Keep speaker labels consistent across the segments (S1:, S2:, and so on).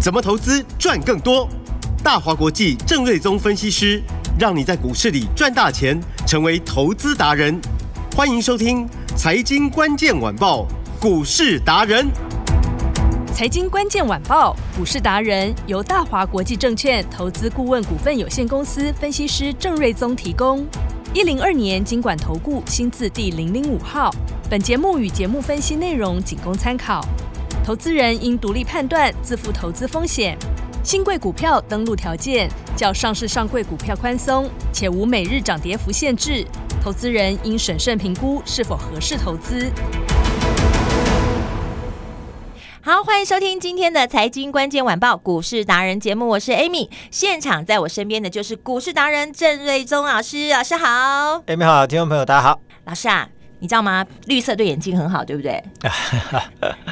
S1: 怎么投资赚更多？大华国际郑瑞宗分析师让你在股市里赚大钱，成为投资达人。欢迎收听《财经关键晚报》股市达人。
S2: 财经关键晚报股市达人由大华国际证券投资顾问股份有限公司分析师郑瑞宗提供。一零二年经管投顾新字第零零五号。本节目与节目分析内容仅供参考，投资人应独立判断，自负投资风险。新贵股票登录条件较上市上柜股票宽松，且无每日涨跌幅限制。投资人应审慎评估是否合适投资。
S3: 好，欢迎收听今天的财经关键晚报股市达人节目，我是 Amy。现场在我身边的就是股市达人郑瑞宗老师，老师好，
S4: 哎，你好，听众朋友，大家 好。
S3: 老师啊，你知道吗？绿色对眼睛很好，对不 对？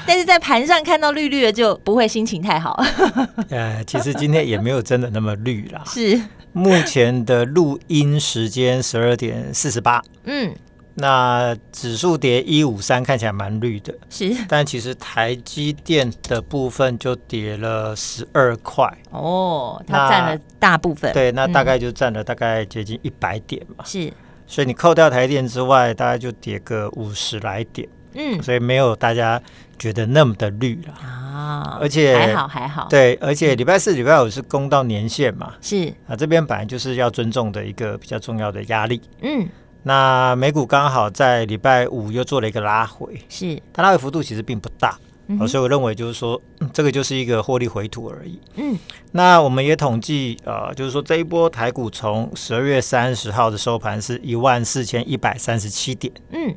S3: 但是在盘上看到绿绿的就不会心情太好，
S4: 呃，其实今天也没有真的那么绿啦。
S3: 是，
S4: 目前的录音时间十二点四十八，
S3: 嗯，
S4: 那指数跌一五三，看起来蛮绿的，
S3: 是
S4: 但其实台积电的部分就跌了十二块，
S3: 哦，它
S4: 那
S3: 占了大部分，
S4: 对，那大
S3: 嗯
S4: 概就占了大概接近一百点嘛。
S3: 是，
S4: 所以你扣掉台电之外，大概就跌个五十来点，
S3: 嗯
S4: 所以没有大家觉得那么的绿啦。
S3: 啊，
S4: 而且
S3: 还好还好，，嗯
S4: 对，而且礼拜四、礼拜五是公到年限嘛，
S3: 是，
S4: 啊，这边本来就是要尊重的一个比较重要的压力。
S3: 嗯，
S4: 那美股刚好在礼拜五又做了一个拉回，
S3: 是，
S4: 它拉回幅度其实并不大，
S3: 嗯
S4: 哦
S3: 哼
S4: 所以我认为就是说、嗯这个就是一个获利回吐而已。
S3: 嗯，
S4: 那我们也统计，呃，就是说这一波台股从十二月三十号的收盘是一万四千一百三十七点，
S3: 嗯，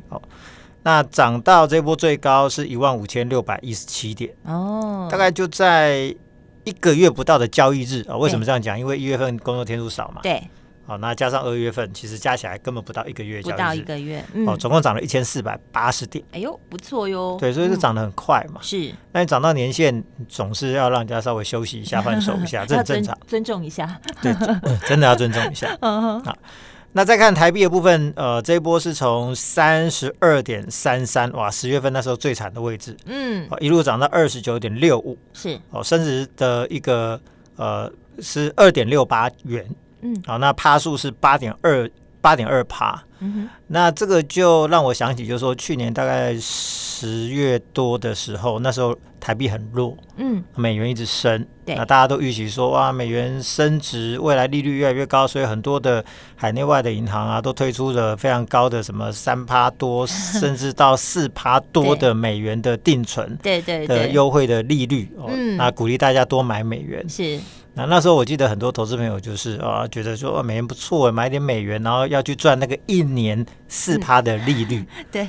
S4: 那涨到这波最高是一万五千六百一十七点，
S3: 哦，
S4: 大概就在一个月不到的交易日啊、为什么
S3: 对
S4: 这样讲？因为一月份工作天数少嘛，
S3: 对，
S4: 好、那加上二月份，其实加起来根本不到一个月
S3: 不
S4: 交易日，
S3: 到一个月，嗯
S4: 哦，，总共涨了一千四百八十点，
S3: 哎呦，不错哟，
S4: 对，所以是
S3: 嗯
S4: 涨得很快嘛。
S3: 是
S4: 那你涨到年限，总是要让人家稍微休息 一下、换手一下，这
S3: 要
S4: 很正
S3: 尊
S4: 常，
S3: 尊重一下。
S4: 对，嗯真的要尊重一下。
S3: 嗯
S4: 那再看台币的部分，呃，这一波是从三十二点三三，哇，十月份那时候最惨的位置，
S3: 嗯，
S4: 哦，一路涨到二十九点六五，
S3: 是，
S4: 哦，升值的一个呃是二点六八元，
S3: 嗯，
S4: 好、那趴数是八点二八点二趴，
S3: 嗯哼，
S4: 那这个就让我想起，就是说去年大概十月多的时候，那时候台币很弱，
S3: 嗯，
S4: 美元一直升，
S3: 对
S4: 那大家都预期说哇，美元升值，未来利率越来越高，所以很多的海内外的银行啊，都推出了非常高的什么三趴多， 甚至到四趴多
S3: 对
S4: 的美元的定存
S3: 对对
S4: 的
S3: 对，
S4: 优惠的利率，哦
S3: 嗯
S4: 那鼓励大家多买美元。
S3: 是，
S4: 那那时候我记得很多投资朋友就是啊，觉得说、啊、美元不错，买点美元，然后要去赚那个一年四趴的利率。
S3: 对，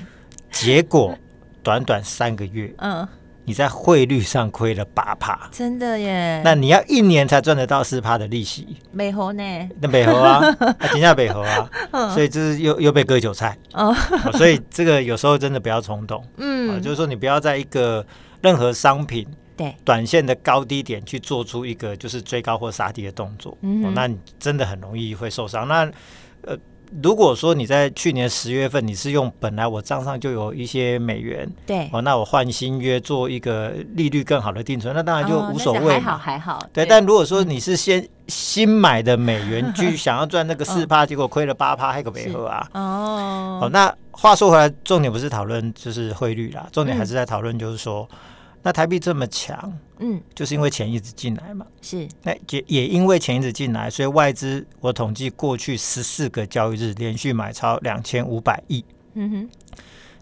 S4: 结果短短三个月，
S3: 嗯，
S4: 你在汇率上亏了八趴，
S3: 真的耶。
S4: 那你要一年才赚得到四趴的利息，
S3: 美猴呢？
S4: 那北河啊，啊天下北河啊，所以这是又又被割韭菜。
S3: 哦，
S4: 哦所以这个有时候真的不要冲动，啊，
S3: 嗯，
S4: 就是说你不要在一个任何商品
S3: 对，
S4: 短线的高低点去做出一个就是追高或杀低的动作，
S3: 嗯
S4: 哦
S3: 哼，
S4: 那你真的很容易会受伤。那呃，如果说你在去年十月份你是用本来我账上就有一些美元，
S3: 对，
S4: 哦，那我换新约做一个利率更好的定存，那当然啊就
S3: 哦那
S4: 无所
S3: 是还
S4: 谓
S3: 好嗯
S4: 嘛。
S3: 还好。
S4: 对，但如果说你是先新买的美 元，去想要赚那
S3: 嗯
S4: 个四趴，结果亏了八趴，还有个没喝啊。
S3: 哦，
S4: 哦，那话说回来，重点不是讨论就是汇率啦，重点还
S3: 嗯
S4: 是在讨论就是说，那台币这么强，
S3: 嗯，
S4: 就是因为钱一直进来嘛。
S3: 是，
S4: 那也也因为钱一直进来，所以外资我统计过去十四个交易日连续买超两千五百亿。
S3: 嗯哼，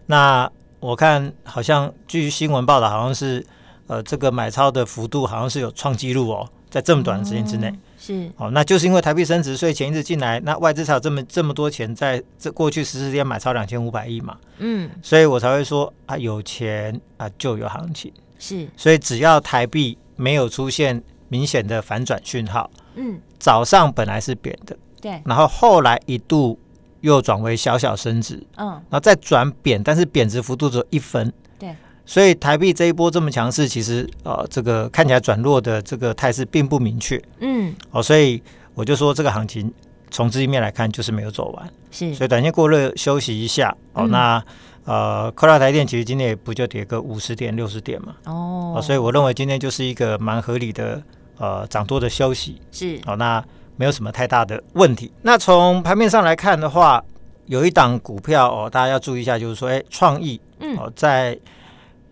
S4: 那我看好像据新闻报道，好像是呃这个买超的幅度好像是有创纪录哦，在这么短的时间之内。
S3: 是，
S4: 哦，那就是因为台币升值，所以钱一直进来，那外资才有这么这么多钱在这过去十四天买超两千五百亿嘛，
S3: 嗯，
S4: 所以我才会说啊，有钱啊就有行情。
S3: 是，
S4: 所以只要台币没有出现明显的反转讯号，
S3: 嗯，
S4: 早上本来是贬的，
S3: 对，
S4: 然后后来一度又转为小小升值，
S3: 嗯，
S4: 然后再转贬，但是贬值幅度只有一分。
S3: 对，
S4: 所以台币这一波这么强势，其实呃，这个看起来转弱的这个态势并不明确
S3: 嗯，
S4: 哦，所以我就说这个行情从这一面来看就是没有走完，
S3: 是，
S4: 所以短线过热休息一下哦，
S3: 嗯
S4: 那。呃，科大台电其实今天也不就跌个五十点、六十点嘛，
S3: 哦
S4: 啊，所以我认为今天就是一个蛮合理的呃涨多的休息。
S3: 是
S4: 好、那没有什么太大的问题。那从盘面上来看的话，有一档股票哦，大家要注意一下，就是说，哎，创意
S3: 嗯，
S4: 哦，在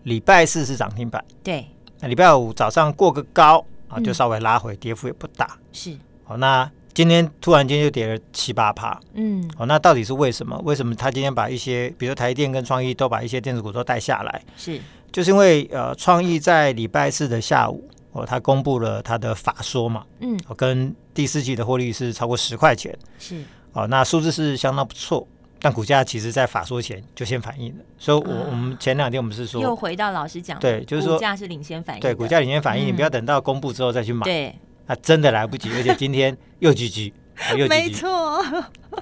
S4: 礼拜四是涨停板，
S3: 对，
S4: 那礼拜五早上过个高啊，就
S3: 嗯
S4: 稍微拉回，跌幅也不大。
S3: 是，
S4: 好、那今天突然间就跌了七八趴，
S3: 嗯，
S4: 哦，那到底是为什么？为什么他今天把一些，比如说台电跟创意都把一些电子股都带下来？
S3: 是，
S4: 就是因为呃，创意在礼拜四的下午哦，他公布了他的法说嘛，
S3: 嗯，
S4: 哦，跟第四季的获利是超过十块钱，
S3: 是，
S4: 哦，那数字是相当不错，但股价其实在法说前就先反应了，所以我、
S3: 啊
S4: 我们前两天我们是
S3: 又
S4: 说，
S3: 回到老师讲的，
S4: 对就是说
S3: 股价是领先反应的，
S4: 对，股价已经反应，
S3: 嗯
S4: 你不要等到公布之后再去买，
S3: 对，
S4: 那真的来不及，而且今天又 GG，哦又
S3: 没
S4: GG，
S3: 错，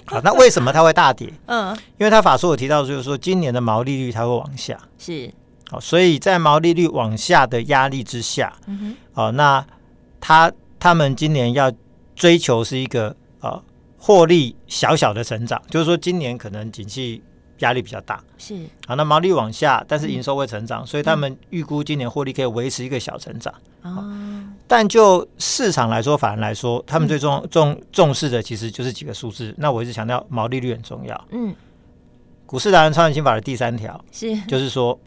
S4: 好，那为什么它会大跌？
S3: 嗯，
S4: 因为它法说有提到，就是说今年的毛利率它会往下，
S3: 是，
S4: 哦，所以在毛利率往下的压力之下，
S3: 嗯哼，
S4: 哦，那他他们今年要追求是一个呃获利小小的成长，就是说今年可能景气压力比较大，
S3: 是，
S4: 啊，那毛利往下，但是营收会成长，所
S3: 嗯
S4: 以他们预估今年获利可以维持一个小成长。
S3: 哦，
S4: 但就市场来说，法人来说，
S3: 嗯
S4: 他们最重重重视的其实就是几个数字。那我一直强调毛利率很重要。
S3: 嗯，
S4: 股市达人创新法的第三条
S3: 是，
S4: 就是说，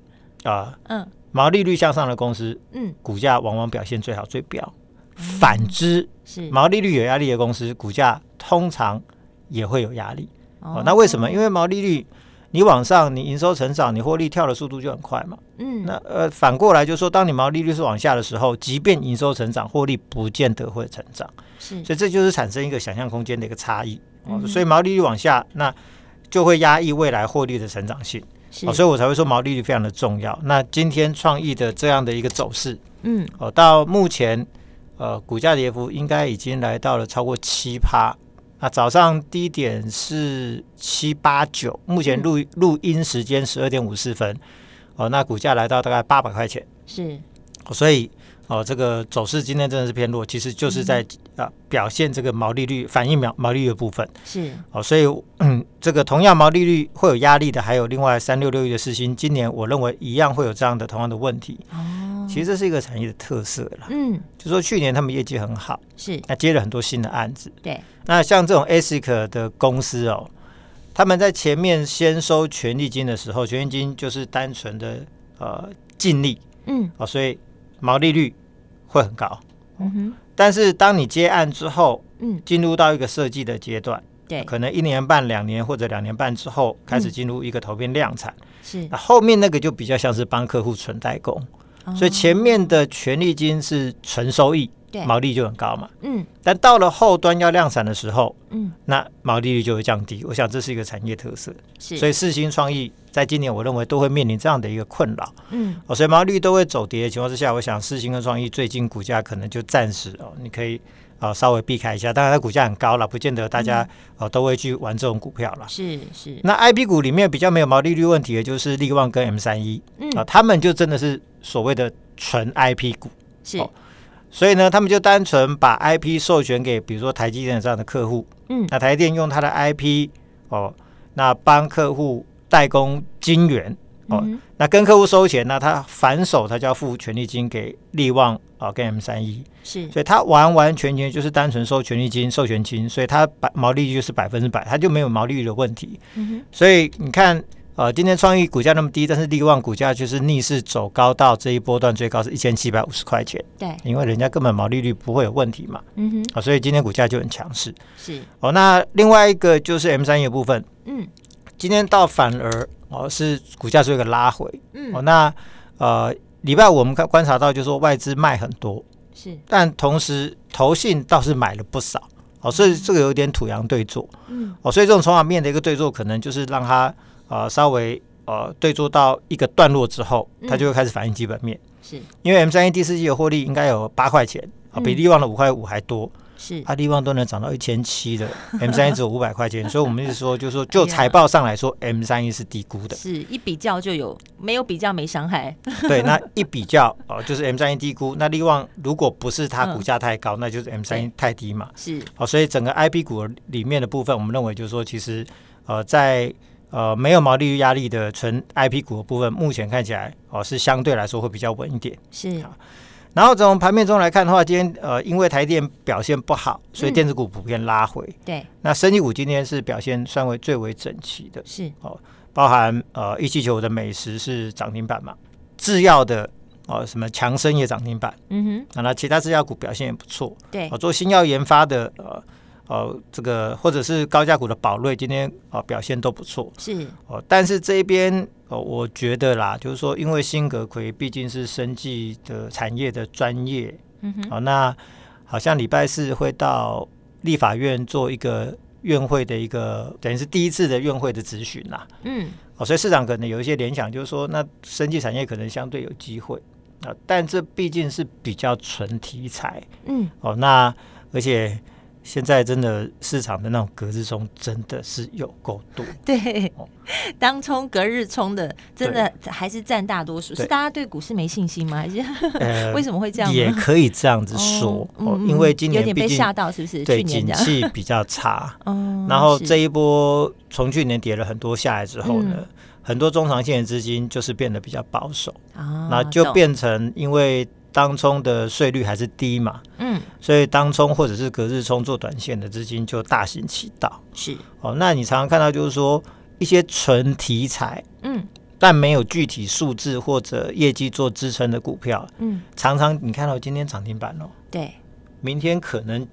S4: 啊、
S3: 嗯，
S4: 毛利率向上的公司
S3: 嗯，
S4: 股价往往表现最好最标，反之
S3: 是，
S4: 毛利率有压力的公司，股价通常也会有压力。哦，那为什么？因为毛利率你往上，你营收成长，你获利跳的速度就很快嘛。
S3: 嗯，
S4: 那呃，反过来就是说，当你毛利率是往下的时候，即便营收成长，获利不见得会成长。
S3: 是，
S4: 所以这就是产生一个想象空间的一个差异。哦
S3: 嗯，哼
S4: 所以毛利率往下，那就会压抑未来获利的成长性。
S3: 是
S4: 哦，，所以我才会说毛利率非常的重要。那今天创意的这样的一个走势，
S3: 嗯，
S4: 哦，到目前，呃，股价跌幅应该已经来到了超过七趴。那早上低点是七八九，目前录录音时间十二点五四分，哦，那股价来到大概八百块钱，
S3: 是，
S4: 哦所以哦，这个走势今天真的是偏弱，其实就是在啊、表现这个毛利率反映毛毛利率的部分，
S3: 是，
S4: 哦，所以嗯，这个同样毛利率会有压力的，还有另外三六六一的四星，今年我认为一样会有这样的同样的问题，
S3: 哦，
S4: 其实这是一个产业的特色啦。
S3: 嗯，
S4: 就说去年他们业绩很好，
S3: 是，
S4: 那接了很多新的案子。
S3: 对，
S4: 那像这种 ASIC 的公司哦，他们在前面先收权利金的时候，权利金就是单纯的呃净利
S3: 嗯，
S4: 哦，所以毛利率会很高。哦
S3: 嗯哼，
S4: 但是当你接案之后，
S3: 嗯，
S4: 进入到一个设计的阶段，
S3: 对，
S4: 可能一年半、两年或者两年半之后，开始
S3: 嗯
S4: 进入一个投片量产。
S3: 是
S4: 那，后面那个就比较像是帮客户纯代工，
S3: 哦
S4: 所以前面的权利金是纯收益
S3: 对，
S4: 毛利就很高嘛。
S3: 嗯，
S4: 但到了后端要量产的时候，
S3: 嗯，
S4: 那毛利率就会降低。我想这是一个产业特色，
S3: 是，
S4: 所
S3: 以，
S4: 以四星创意在今年我认为都会面临这样的一个困扰。
S3: 嗯，
S4: 哦，所以毛利率都会走跌的情况之下，我想四星跟创意最近股价可能就暂时哦，你可以啊、稍微避开一下。当然它股价很高了，不见得大家
S3: 嗯
S4: 哦、都会去玩这种股票了。
S3: 是，是，
S4: 那 I P 股里面比较没有毛利率问题的就是力旺跟 M 三一
S3: 嗯，
S4: 啊，他们就真的是所谓的纯 I P 股。
S3: 是，
S4: 哦所以呢，他们就单纯把 IP 授权给，比如说台积电这样的客户，
S3: 嗯，
S4: 那台积电用它的 IP 哦，那帮客户代工晶圆哦，
S3: 嗯哼
S4: 那跟客户收钱，那他反手他就要付权利金给力旺啊、哦跟 M 三一，
S3: 是，
S4: 所以他完完全全就是单纯收权利金、授权金，所以他百毛利率就是百分之百，他就没有毛利率的问题。
S3: 嗯哼，
S4: 所以你看，呃，今天创意股价那么低，但是力旺股价就是逆势走高到这一波段最高是一千七百五十块钱。
S3: 对，
S4: 因为人家根本毛利率不会有问题嘛，
S3: 嗯哼，
S4: 啊，所以今天股价就很强势。
S3: 是，
S4: 哦，那另外一个就是 M 三一的部分，
S3: 嗯，
S4: 今天倒反而哦是股价做一个拉回。哦，
S3: 嗯，
S4: 那呃礼拜五我们看观察到，就是说外资卖很多，
S3: 是，
S4: 但同时投信倒是买了不少。哦，所以这个有点土洋对坐。
S3: 嗯，
S4: 哦，所以这种筹码面的一个对坐，可能就是让它呃稍微呃对坐到一个段落之后，它就会开始反映基本面。
S3: 嗯是，
S4: 因为 M 三一第四季的获利应该有八块钱，啊，比
S3: 嗯
S4: 利旺的五块五还多，
S3: 是，
S4: 啊，利旺都能涨到一千七的，M 三一只有五百块钱，所以我们就说，就是说就财报上来说，M 三一是低估 的，
S3: 是一比较就有，没有比较没伤害，
S4: 对，那一比较哦，就是 M 三一低估，那利旺如果不是它股价太高，那就是 M 三一太低嘛，哦
S3: 是，
S4: 好、所以整个 I P 股里面的部分，我们认为就是说，其实呃，在呃没有毛利率压力的纯 IP 股的部分，目前看起来哦是相对来说会比较稳一点。
S3: 是
S4: 好然后从盘面中来看的话，今天呃因为台电表现不好，所以
S3: 嗯
S4: 电子股普遍拉回。
S3: 对，
S4: 那生技股今天是表现算为最为整齐的，
S3: 是
S4: 包含呃一气球的美食是涨停板嘛，制药的哦、什么强生也涨停板，
S3: 嗯
S4: 啊那其他制药股表现也不错。
S3: 哼，对
S4: 哦，做新药研发的呃呃这个或者是高价股的宝瑞，今天啊、呃表现都不错
S3: 是
S4: 哦。但是这一边哦，我觉得啦，就是说，因为辛格奎毕竟是生技的产业的专业，
S3: 嗯哼，
S4: 哦，那好像礼拜四会到立法院做一个院会的一个，等于是第一次的院会的质询啦。
S3: 嗯
S4: 哦，所以市场可能有一些联想，就是说，那生技产业可能相对有机会啊、但这毕竟是比较纯题材。
S3: 嗯
S4: 哦，那而且现在真的市场的那种格子中真的是有够多，
S3: 对
S4: 哦，
S3: 当冲隔日冲的，真的还是占大多数，
S4: 对
S3: 是大家对股市没信心吗？还是
S4: 呃
S3: 为什么会这样呢？
S4: 也可以这样子说
S3: 哦，
S4: 哦，
S3: 嗯
S4: 因为今
S3: 有
S4: 年
S3: 点
S4: 毕
S3: 被
S4: 竟
S3: 吓到，是不是？
S4: 对
S3: 去年
S4: 景
S3: 这样，
S4: 气比较差，
S3: 嗯
S4: 然后
S3: 是
S4: 这一波从去年跌了很多下来之后呢
S3: 嗯，
S4: 很多中长线的资金就是变得比较保守，
S3: 啊，
S4: 那就
S3: 懂
S4: 变成因为当冲的税率还是低嘛，
S3: 嗯
S4: 所以当冲或者是隔日冲做短线的资金就大行其道。
S3: 是
S4: 哦，那你常常看到就是说一些纯题材。
S3: 嗯
S4: 但没有具体数字或者业绩做支撑的股票，
S3: 嗯
S4: 常常你看到今天涨停板哦，
S3: 对
S4: 明天可能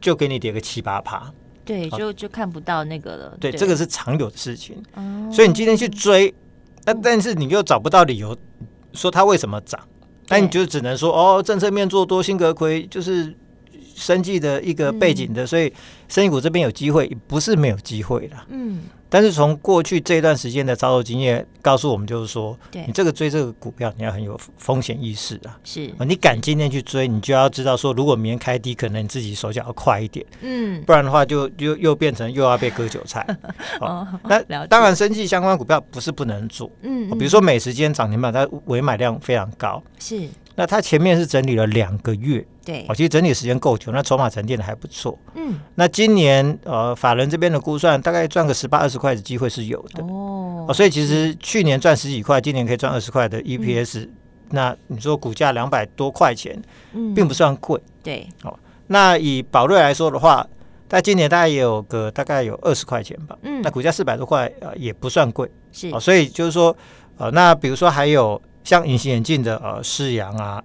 S4: 就给你跌个七八趴，
S3: 对，
S4: 好
S3: 就就看不到那个了。
S4: 对，这个是常有的事情。
S3: 哦
S4: 所以你今天去追，那但是你又找不到理由说它为什么涨，那你就只能说哦，政策面做多，辛格亏就是生计的一个背景的，所以生意股这边有机会，不是没有机会啦。
S3: 嗯
S4: 但是从过去这段时间的操作经验告诉我们，就是说，
S3: 对
S4: 你这个追这个股票，你要很有风险意识啊。
S3: 是
S4: 你敢今天去追，你就要知道说，如果明天开低，可能你自己手脚要快一点，
S3: 嗯
S4: 不然的话就又又变成又要被割韭 菜。哦
S3: 哦了
S4: 那
S3: 解
S4: 当然，生计相关股票不是不能做，
S3: 嗯，
S4: 哦比
S3: 嗯
S4: 如说美食今天涨停板，它尾买量非常高，
S3: 是
S4: 那它前面是整理了两个月，
S3: 对
S4: 哦，其实整理时间够久，那筹码沉淀的还不错。
S3: 嗯
S4: 那今年呃，法人这边的估算大概赚个十八二十块的机会是有的。
S3: 哦
S4: 哦，所以其实去年赚十几块，今年可以赚二十
S3: 嗯
S4: 块的 EPS，、那你说股价两百多块钱，
S3: 嗯
S4: 并不算贵。
S3: 对
S4: 那以宝瑞来说的话，它今年大概也有个大概有二十块钱吧，
S3: 嗯
S4: 那股价四百多块，呃，也不算贵。
S3: 是
S4: 哦，所以就是说，呃，那比如说还有呃像隐形眼镜的呃世阳啊、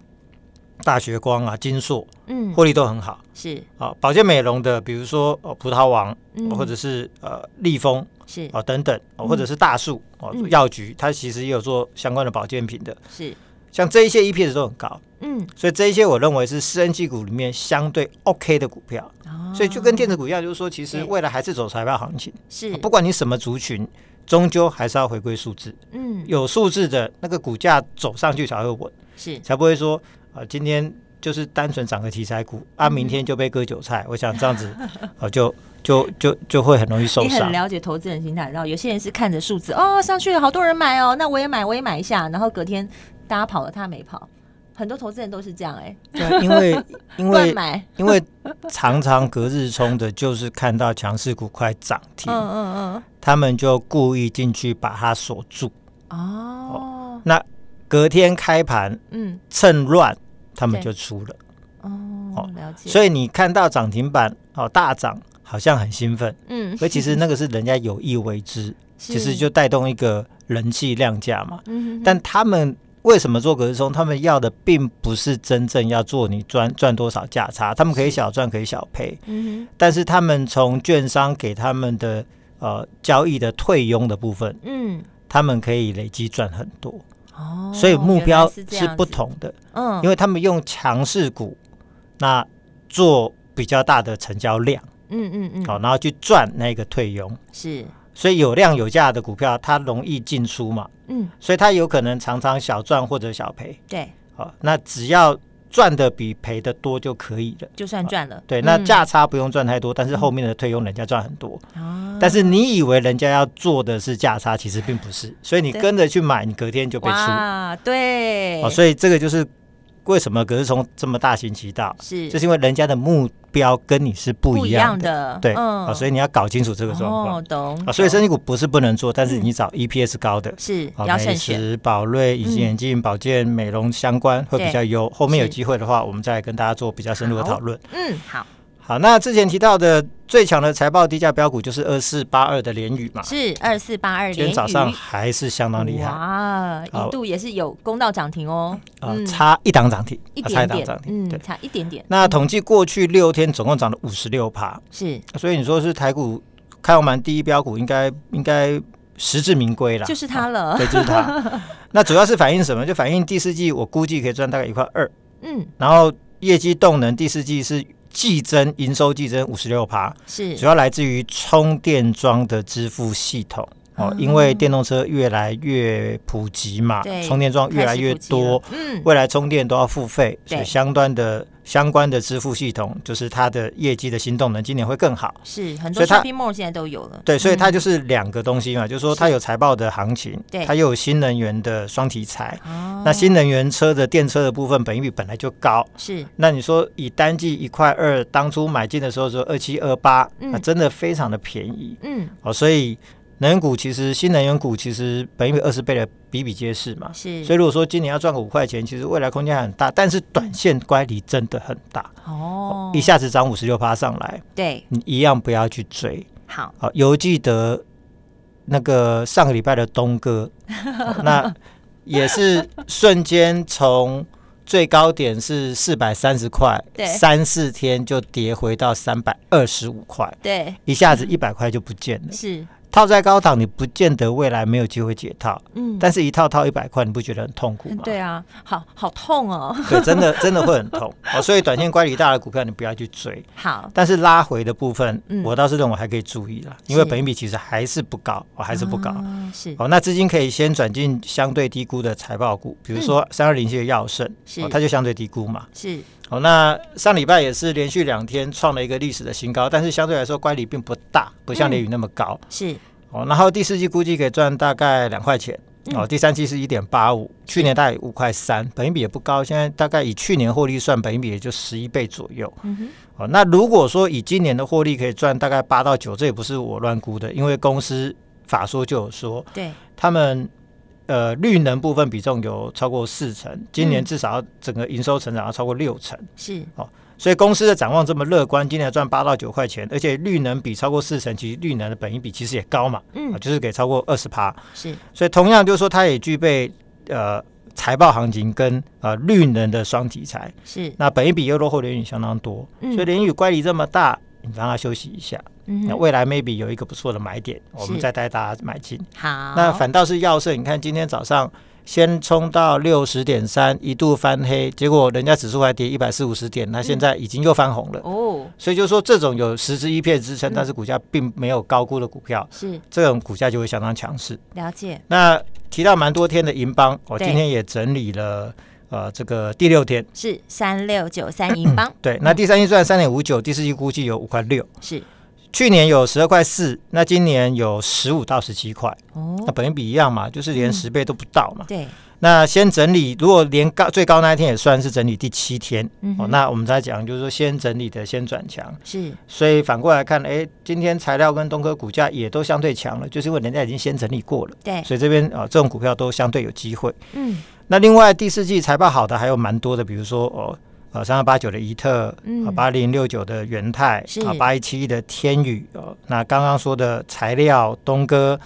S4: 大学光啊、金硕，
S3: 嗯
S4: 获利都很好。
S3: 是
S4: 啊、保健美容的，比如说呃葡萄王，
S3: 嗯
S4: 或者是呃利丰
S3: 是
S4: 啊、等等，哦
S3: 嗯
S4: 或者是大树哦
S3: 嗯
S4: 药局，它其实也有做相关的保健品的，
S3: 是
S4: 像这一些 EPS 都很高，
S3: 嗯
S4: 所以这一些我认为是私人技股里面相对 OK 的股票，
S3: 哦
S4: 所以就跟电子股一样，就是说其实
S3: 对嗯
S4: 未来还是走财报行情，
S3: 是
S4: 不管你什么族群，终究还是要回归数字，
S3: 嗯
S4: 有数字的那个股价走上去才会稳，
S3: 是
S4: 才不会说啊、呃今天就是单纯涨个题材股
S3: 嗯
S4: 啊，明天就被割韭菜。我想这样子， 呃，就就就就会很容易受
S3: 你很
S4: 伤。
S3: 了解投资人心态，然后有些人是看着数字哦上去了，好多人买哦，那我也买，我也买一下，然后隔天大家跑了，他没跑，很多投资人都是这样哎、
S4: 对，因为因
S3: 乱
S4: 为
S3: 买，
S4: 因为常常隔日冲的，就是看到强势股快涨停，
S3: 嗯嗯
S4: 他们就故意进去把它锁住。
S3: 嗯，哦，
S4: 那隔天开盘
S3: 嗯
S4: 趁乱，他们
S3: 对
S4: 就出了。
S3: 哦，了解，以
S4: 所以你看到涨停板哦大涨，好像很兴奋，
S3: 嗯
S4: 可其实那个是人家有意为之。
S3: 是
S4: 其实就带动一个人气量价嘛。
S3: 嗯
S4: 但他们为什么做隔日冲？他们要的并不是真正要做你赚赚多少价差，他们可以小赚可以小赔，
S3: 嗯
S4: 但是他们从券商给他们的呃交易的退佣的部分，
S3: 嗯
S4: 他们可以累积赚很多，
S3: 哦，
S4: 所以目标
S3: 原来这
S4: 是
S3: 样
S4: 不
S3: 子，
S4: 同的，
S3: 嗯，
S4: 因为他们用强势股那做比较大的成交量，
S3: 嗯嗯嗯，
S4: 好、然后去赚那个退佣，
S3: 是
S4: 所以有量有价的股票它容易进出嘛，
S3: 嗯
S4: 所以它有可能常常小赚或者小赔。
S3: 对，
S4: 好、那只要赚的比赔的多就可以了。
S3: 就算赚了，
S4: 对，那
S3: 嗯
S4: 价差不用赚太多，但是后面的退佣人家赚很多。
S3: 啊
S4: 但是你以为人家要做的是价差，其实并不是，所以你
S3: 对
S4: 跟着去买，你隔天就被出。啊
S3: 哇，对，
S4: 哦，所以这个就是为什么可是从这么大行其道？
S3: 是
S4: 就是因为人家的目标跟你是不一样的，
S3: 的
S4: 对啊、所
S3: 以
S4: 以你要搞清楚这个状
S3: 哦
S4: 况啊、
S3: 懂
S4: 所以生
S3: 懂
S4: 技股不是不能做，但是你找 EPS 高的，
S3: 是
S4: 啊，
S3: 要
S4: 美
S3: 慎选，
S4: 食、宝瑞、隐形眼镜、保健、美容相关会
S3: 嗯
S4: 比较优。后面有机会的话，我们再来跟大家做比较深入的讨论。
S3: 嗯好
S4: 好，那之前提到的最强的财报低价标股就是二四八二的联宇嘛，
S3: 是二四八二
S4: 今
S3: 连
S4: 天早上还是相当厉害啊、
S3: 哇，
S4: 好啊
S3: 一度也是有攻到涨停哦，嗯
S4: 差一档涨停，
S3: 一
S4: 啊
S3: 点
S4: 差一档
S3: 点
S4: 涨，停。
S3: 嗯
S4: 对，
S3: 差一点点，
S4: 那统计过去六天总共涨了五十六趴，
S3: 是
S4: 所以你说是台股开红盘第一标股应该应该实至名归啦，
S3: 就是它
S4: 啊
S3: 了，
S4: 对，就 是它。那主要是反映什么？就反映第四季我估计可以赚大概一块二。
S3: 嗯
S4: 然后业绩动能第四季是季增，营收季增五十六趴，
S3: 是
S4: 主要来自于充电桩的支付系统。哦
S3: 啊，
S4: 因为电动车越来越普及嘛
S3: 对，
S4: 充电桩越来越多，
S3: 开始普及了嗯
S4: 未来充电都要付费，所以
S3: 对
S4: 相关的相关的支付系统，就是它的业绩的新动能，今年会更好。
S3: 是很多
S4: 所以它
S3: shopping mall 现在都有了，
S4: 对，所以它
S3: 嗯
S4: 就是两个东西嘛，就是说它有财报的行情
S3: 对，
S4: 它又有新能源的双题材。
S3: 哦
S4: 那新能源车的电车的部分，本益比本来就高，
S3: 是
S4: 那你说以单季一块二，当初买进的时候说二七二八，
S3: 嗯
S4: 那真的非常的便宜
S3: 嗯
S4: 哦。所以能源股其实新能源股其实本益比二十倍的比比皆是嘛。
S3: 是，
S4: 所以如果说今年要赚个五块钱，其实未来空间还很大，但是短线乖离真的很大，
S3: 哦
S4: 一下嗯子涨五十六趴上来，
S3: 对
S4: 你一样不要去追。
S3: 好
S4: 好、犹记得那个上个礼拜的东哥，哦 那也是瞬间从最高点是四百三十块
S3: 对，
S4: 三四天就跌回到三百二十五块，
S3: 对
S4: 一下
S3: 嗯
S4: 子一百块就不见了。
S3: 是
S4: 套在高档，你不见得未来没有机会解套，
S3: 嗯
S4: 但是一套套一百块，你不觉得很痛苦
S3: 嗯
S4: 吗？
S3: 对啊，好好痛哦，
S4: 对真的真的会很痛。哦，所以短线乖离大的股票你不要去追，
S3: 好
S4: 但是拉回的部分，
S3: 嗯
S4: 我倒是认为还可以注意啦，因为
S3: 是
S4: 本益比其实还是不高，哦、还是不高。
S3: 啊是
S4: 哦，那资金可以先转进相对低估的财报股，比如说三二零七的药盛，
S3: 嗯是
S4: 哦，它就相对低估嘛。
S3: 是
S4: 哦，那上礼拜也是连续两天创了一个历史的新高，但是相对来说乖离并不大，不
S3: 嗯
S4: 像联宇那么高。
S3: 是
S4: 哦，然后第四季估计可以赚大概两块钱。
S3: 嗯
S4: 哦，第三季是一点八五，去年大概五块三，本益比也不高，现在大概以去年获利算，本益比也就十一倍左右。
S3: 嗯哼
S4: 哦，那如果说以今年的获利可以赚大概八到九，这也不是我乱估的，因为公司法说就有说，
S3: 对
S4: 他们呃绿能部分比重有超过四成，今年
S3: 嗯
S4: 至少要整个营收成长要超过六成，
S3: 是
S4: 所以公司的展望这么乐观，今年赚八到九块钱，而且绿能比超过四成，其实绿能的本益比其实也高嘛，
S3: 嗯
S4: 啊就是给超过二十趴，
S3: 是
S4: 所以同样就是说它也具备呃财报行情跟呃绿能的双题材，
S3: 是
S4: 那本益比又落后联宇相当多，
S3: 嗯
S4: 所以联宇乖离这么大。你让它休息一下，
S3: 嗯
S4: 那
S3: 哼
S4: 未来 maybe 有一个不错的买点，我们
S3: 是
S4: 再带大家买进。
S3: 好
S4: 那反倒是药盛，你看今天早上先冲到六十点三，一度翻黑，结果人家指数还跌一百四五十点，那现在已经又翻红了。
S3: 哦
S4: 所以就是说，这种有实质 E P 支
S3: 嗯
S4: 撑，但是股价并没有高估的股票，
S3: 是
S4: 这种股价就会相当强势。
S3: 了解
S4: 那提到蛮多天的银邦，我
S3: 对
S4: 今天也整理了，呃，这个第六天。
S3: 是三六九三银邦
S4: 嗯对，那第三季赚三点五九，第四季估计有五块六，
S3: 是
S4: 去年有十二块四，那今年有十五到十七块，那
S3: 哦嗯
S4: 本益比一样嘛，就是连十倍都不到嘛。
S3: 对
S4: 那先整理，如果连高最高那一天也算是整理第七天，
S3: 嗯
S4: 哦
S3: 哼，
S4: 那我们再讲，就是说先整理的先转强，
S3: 是
S4: 所以反过来看，哎，今天材料跟东科股价也都相对强了，就是因为人家已经先整理过了，
S3: 对
S4: 所以这边啊、呃这种股票都相对有机会。
S3: 嗯
S4: 那另外第四季财报好的还有蛮多的，比如说哦。呃，三二八九的怡特，
S3: 嗯
S4: 啊八零六九的元泰
S3: 是，
S4: 啊八一七一的天宇，哦，那刚刚说的材料东哥，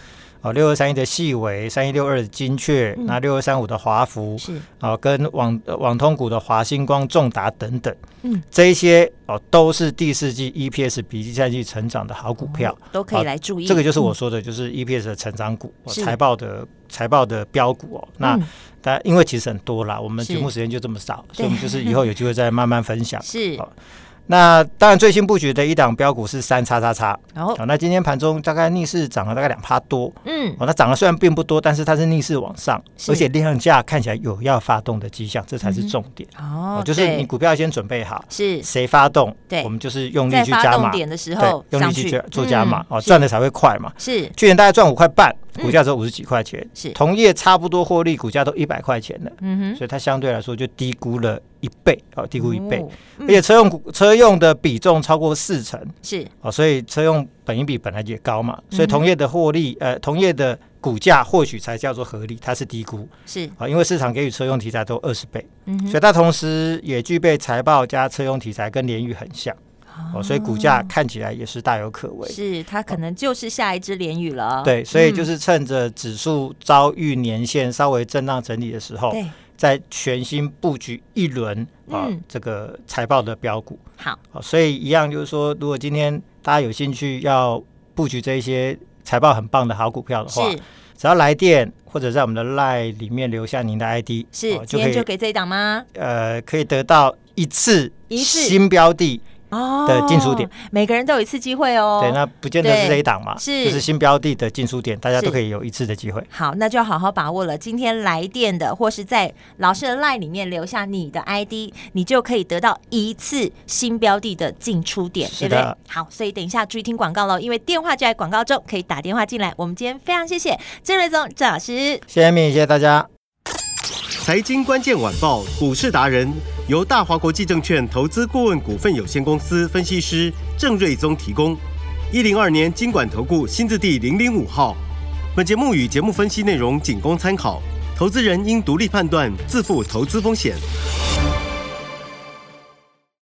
S4: 哦六二三一的细维，三一六二的金雀，
S3: 嗯
S4: 那六二三五的华孚，
S3: 是
S4: 哦，跟网呃网通股的华星光、重达等等，
S3: 嗯，
S4: 这一些哦都是第四季 EPS 比第三季成长的好股票。
S3: 都可以
S4: 好
S3: 来注意
S4: 这个就是我说的，就是 EPS 的成长股，哦
S3: 嗯是
S4: 财报的财报的标股哦。那
S3: 嗯
S4: 但因为其实很多啦，我们
S3: 是
S4: 节目时间就这么少，
S3: 对。
S4: 所以我们就是以后有机会再慢慢分享
S3: 是
S4: 好 那当然，最新布局的一档标股是三叉叉叉。
S3: 然后
S4: 好，那今天盘中大概逆势涨了大概两趴多。
S3: 嗯
S4: 哦，那涨的虽然并不多，但是它是逆势往上，
S3: 是
S4: 而且量价看起来有要发动的迹象，这才是重点。
S3: 哦
S4: 就是
S3: 对
S4: 你股票先准备好，
S3: 是
S4: 谁发动，
S3: 对
S4: 我们就是用力
S3: 在
S4: 去
S3: 发
S4: 加
S3: 动
S4: 码，
S3: 点的时
S4: 对
S3: 候，
S4: 用
S3: 上
S4: 力去
S3: 去
S4: 加做加码，
S3: 嗯
S4: 哦，
S3: 是
S4: 赚的才会快嘛。
S3: 是
S4: 去年大概赚五块半，股价只有五十几块钱，
S3: 是
S4: 同业差不多获利，股价都一百块钱了，
S3: 嗯哼，
S4: 所以它相对来说就低估了一倍，哦，低估一倍，
S3: 哦
S4: 而且车用股车用的比重超过四成，
S3: 是
S4: 哦，所以车用本益比本来也高嘛，
S3: 嗯
S4: 所以同业的获利，呃，同业的股价或许才叫做合理，它是低估
S3: 是，
S4: 啊、因为市场给予车用题材都二十倍，
S3: 嗯
S4: 所以它同时也具备财报加车用题材跟联宇很像哦，所以股价看起来也是大有可为。
S3: 啊是它可能就是下一只联宇了。
S4: 对，所以就
S3: 嗯
S4: 是趁着指数遭遇年线稍微震荡整理的时候，
S3: 对，
S4: 再全新布局一轮啊、
S3: 嗯
S4: 这个财报的标股。
S3: 好，
S4: 哦，所以一样就是说，如果今天大家有兴趣要布局这一些财报很棒的好股票的话，
S3: 是
S4: 只要来电或者在我们的 LINE 里面留下您的 ID，
S3: 是，
S4: 哦
S3: 今
S4: 就可
S3: 天就
S4: 以
S3: 给这一档吗？
S4: 呃可以得到一次
S3: 一次
S4: 新标的。
S3: 哦
S4: 的进出点，
S3: 每个人都有一次机会哦。
S4: 对，那不见得
S3: 对
S4: 是这一档嘛，
S3: 是
S4: 就是新标的的进出点，大家
S3: 是
S4: 都可以有一次的机会。
S3: 好，那就要好好把握了。今天来电的，或是在老师的 line 里面留下你的 ID，你就可以得到一次新标的的进出点，对
S4: 是
S3: 不
S4: 的
S3: 对？好，所以等一下注意听广告喽，因为电话就在广告中，可以打电话进来。我们今天非常谢谢郑瑞宗郑老师。
S4: 谢谢米，谢谢大家。
S1: 财经关键晚报股市达人由大华国际证券投资顾问股份有限公司分析师郑瑞宗提供。一零二年经管投顾新字第零零五号。本节目与节目分析内容仅供参考，投资人应独立判断，自负投资风险。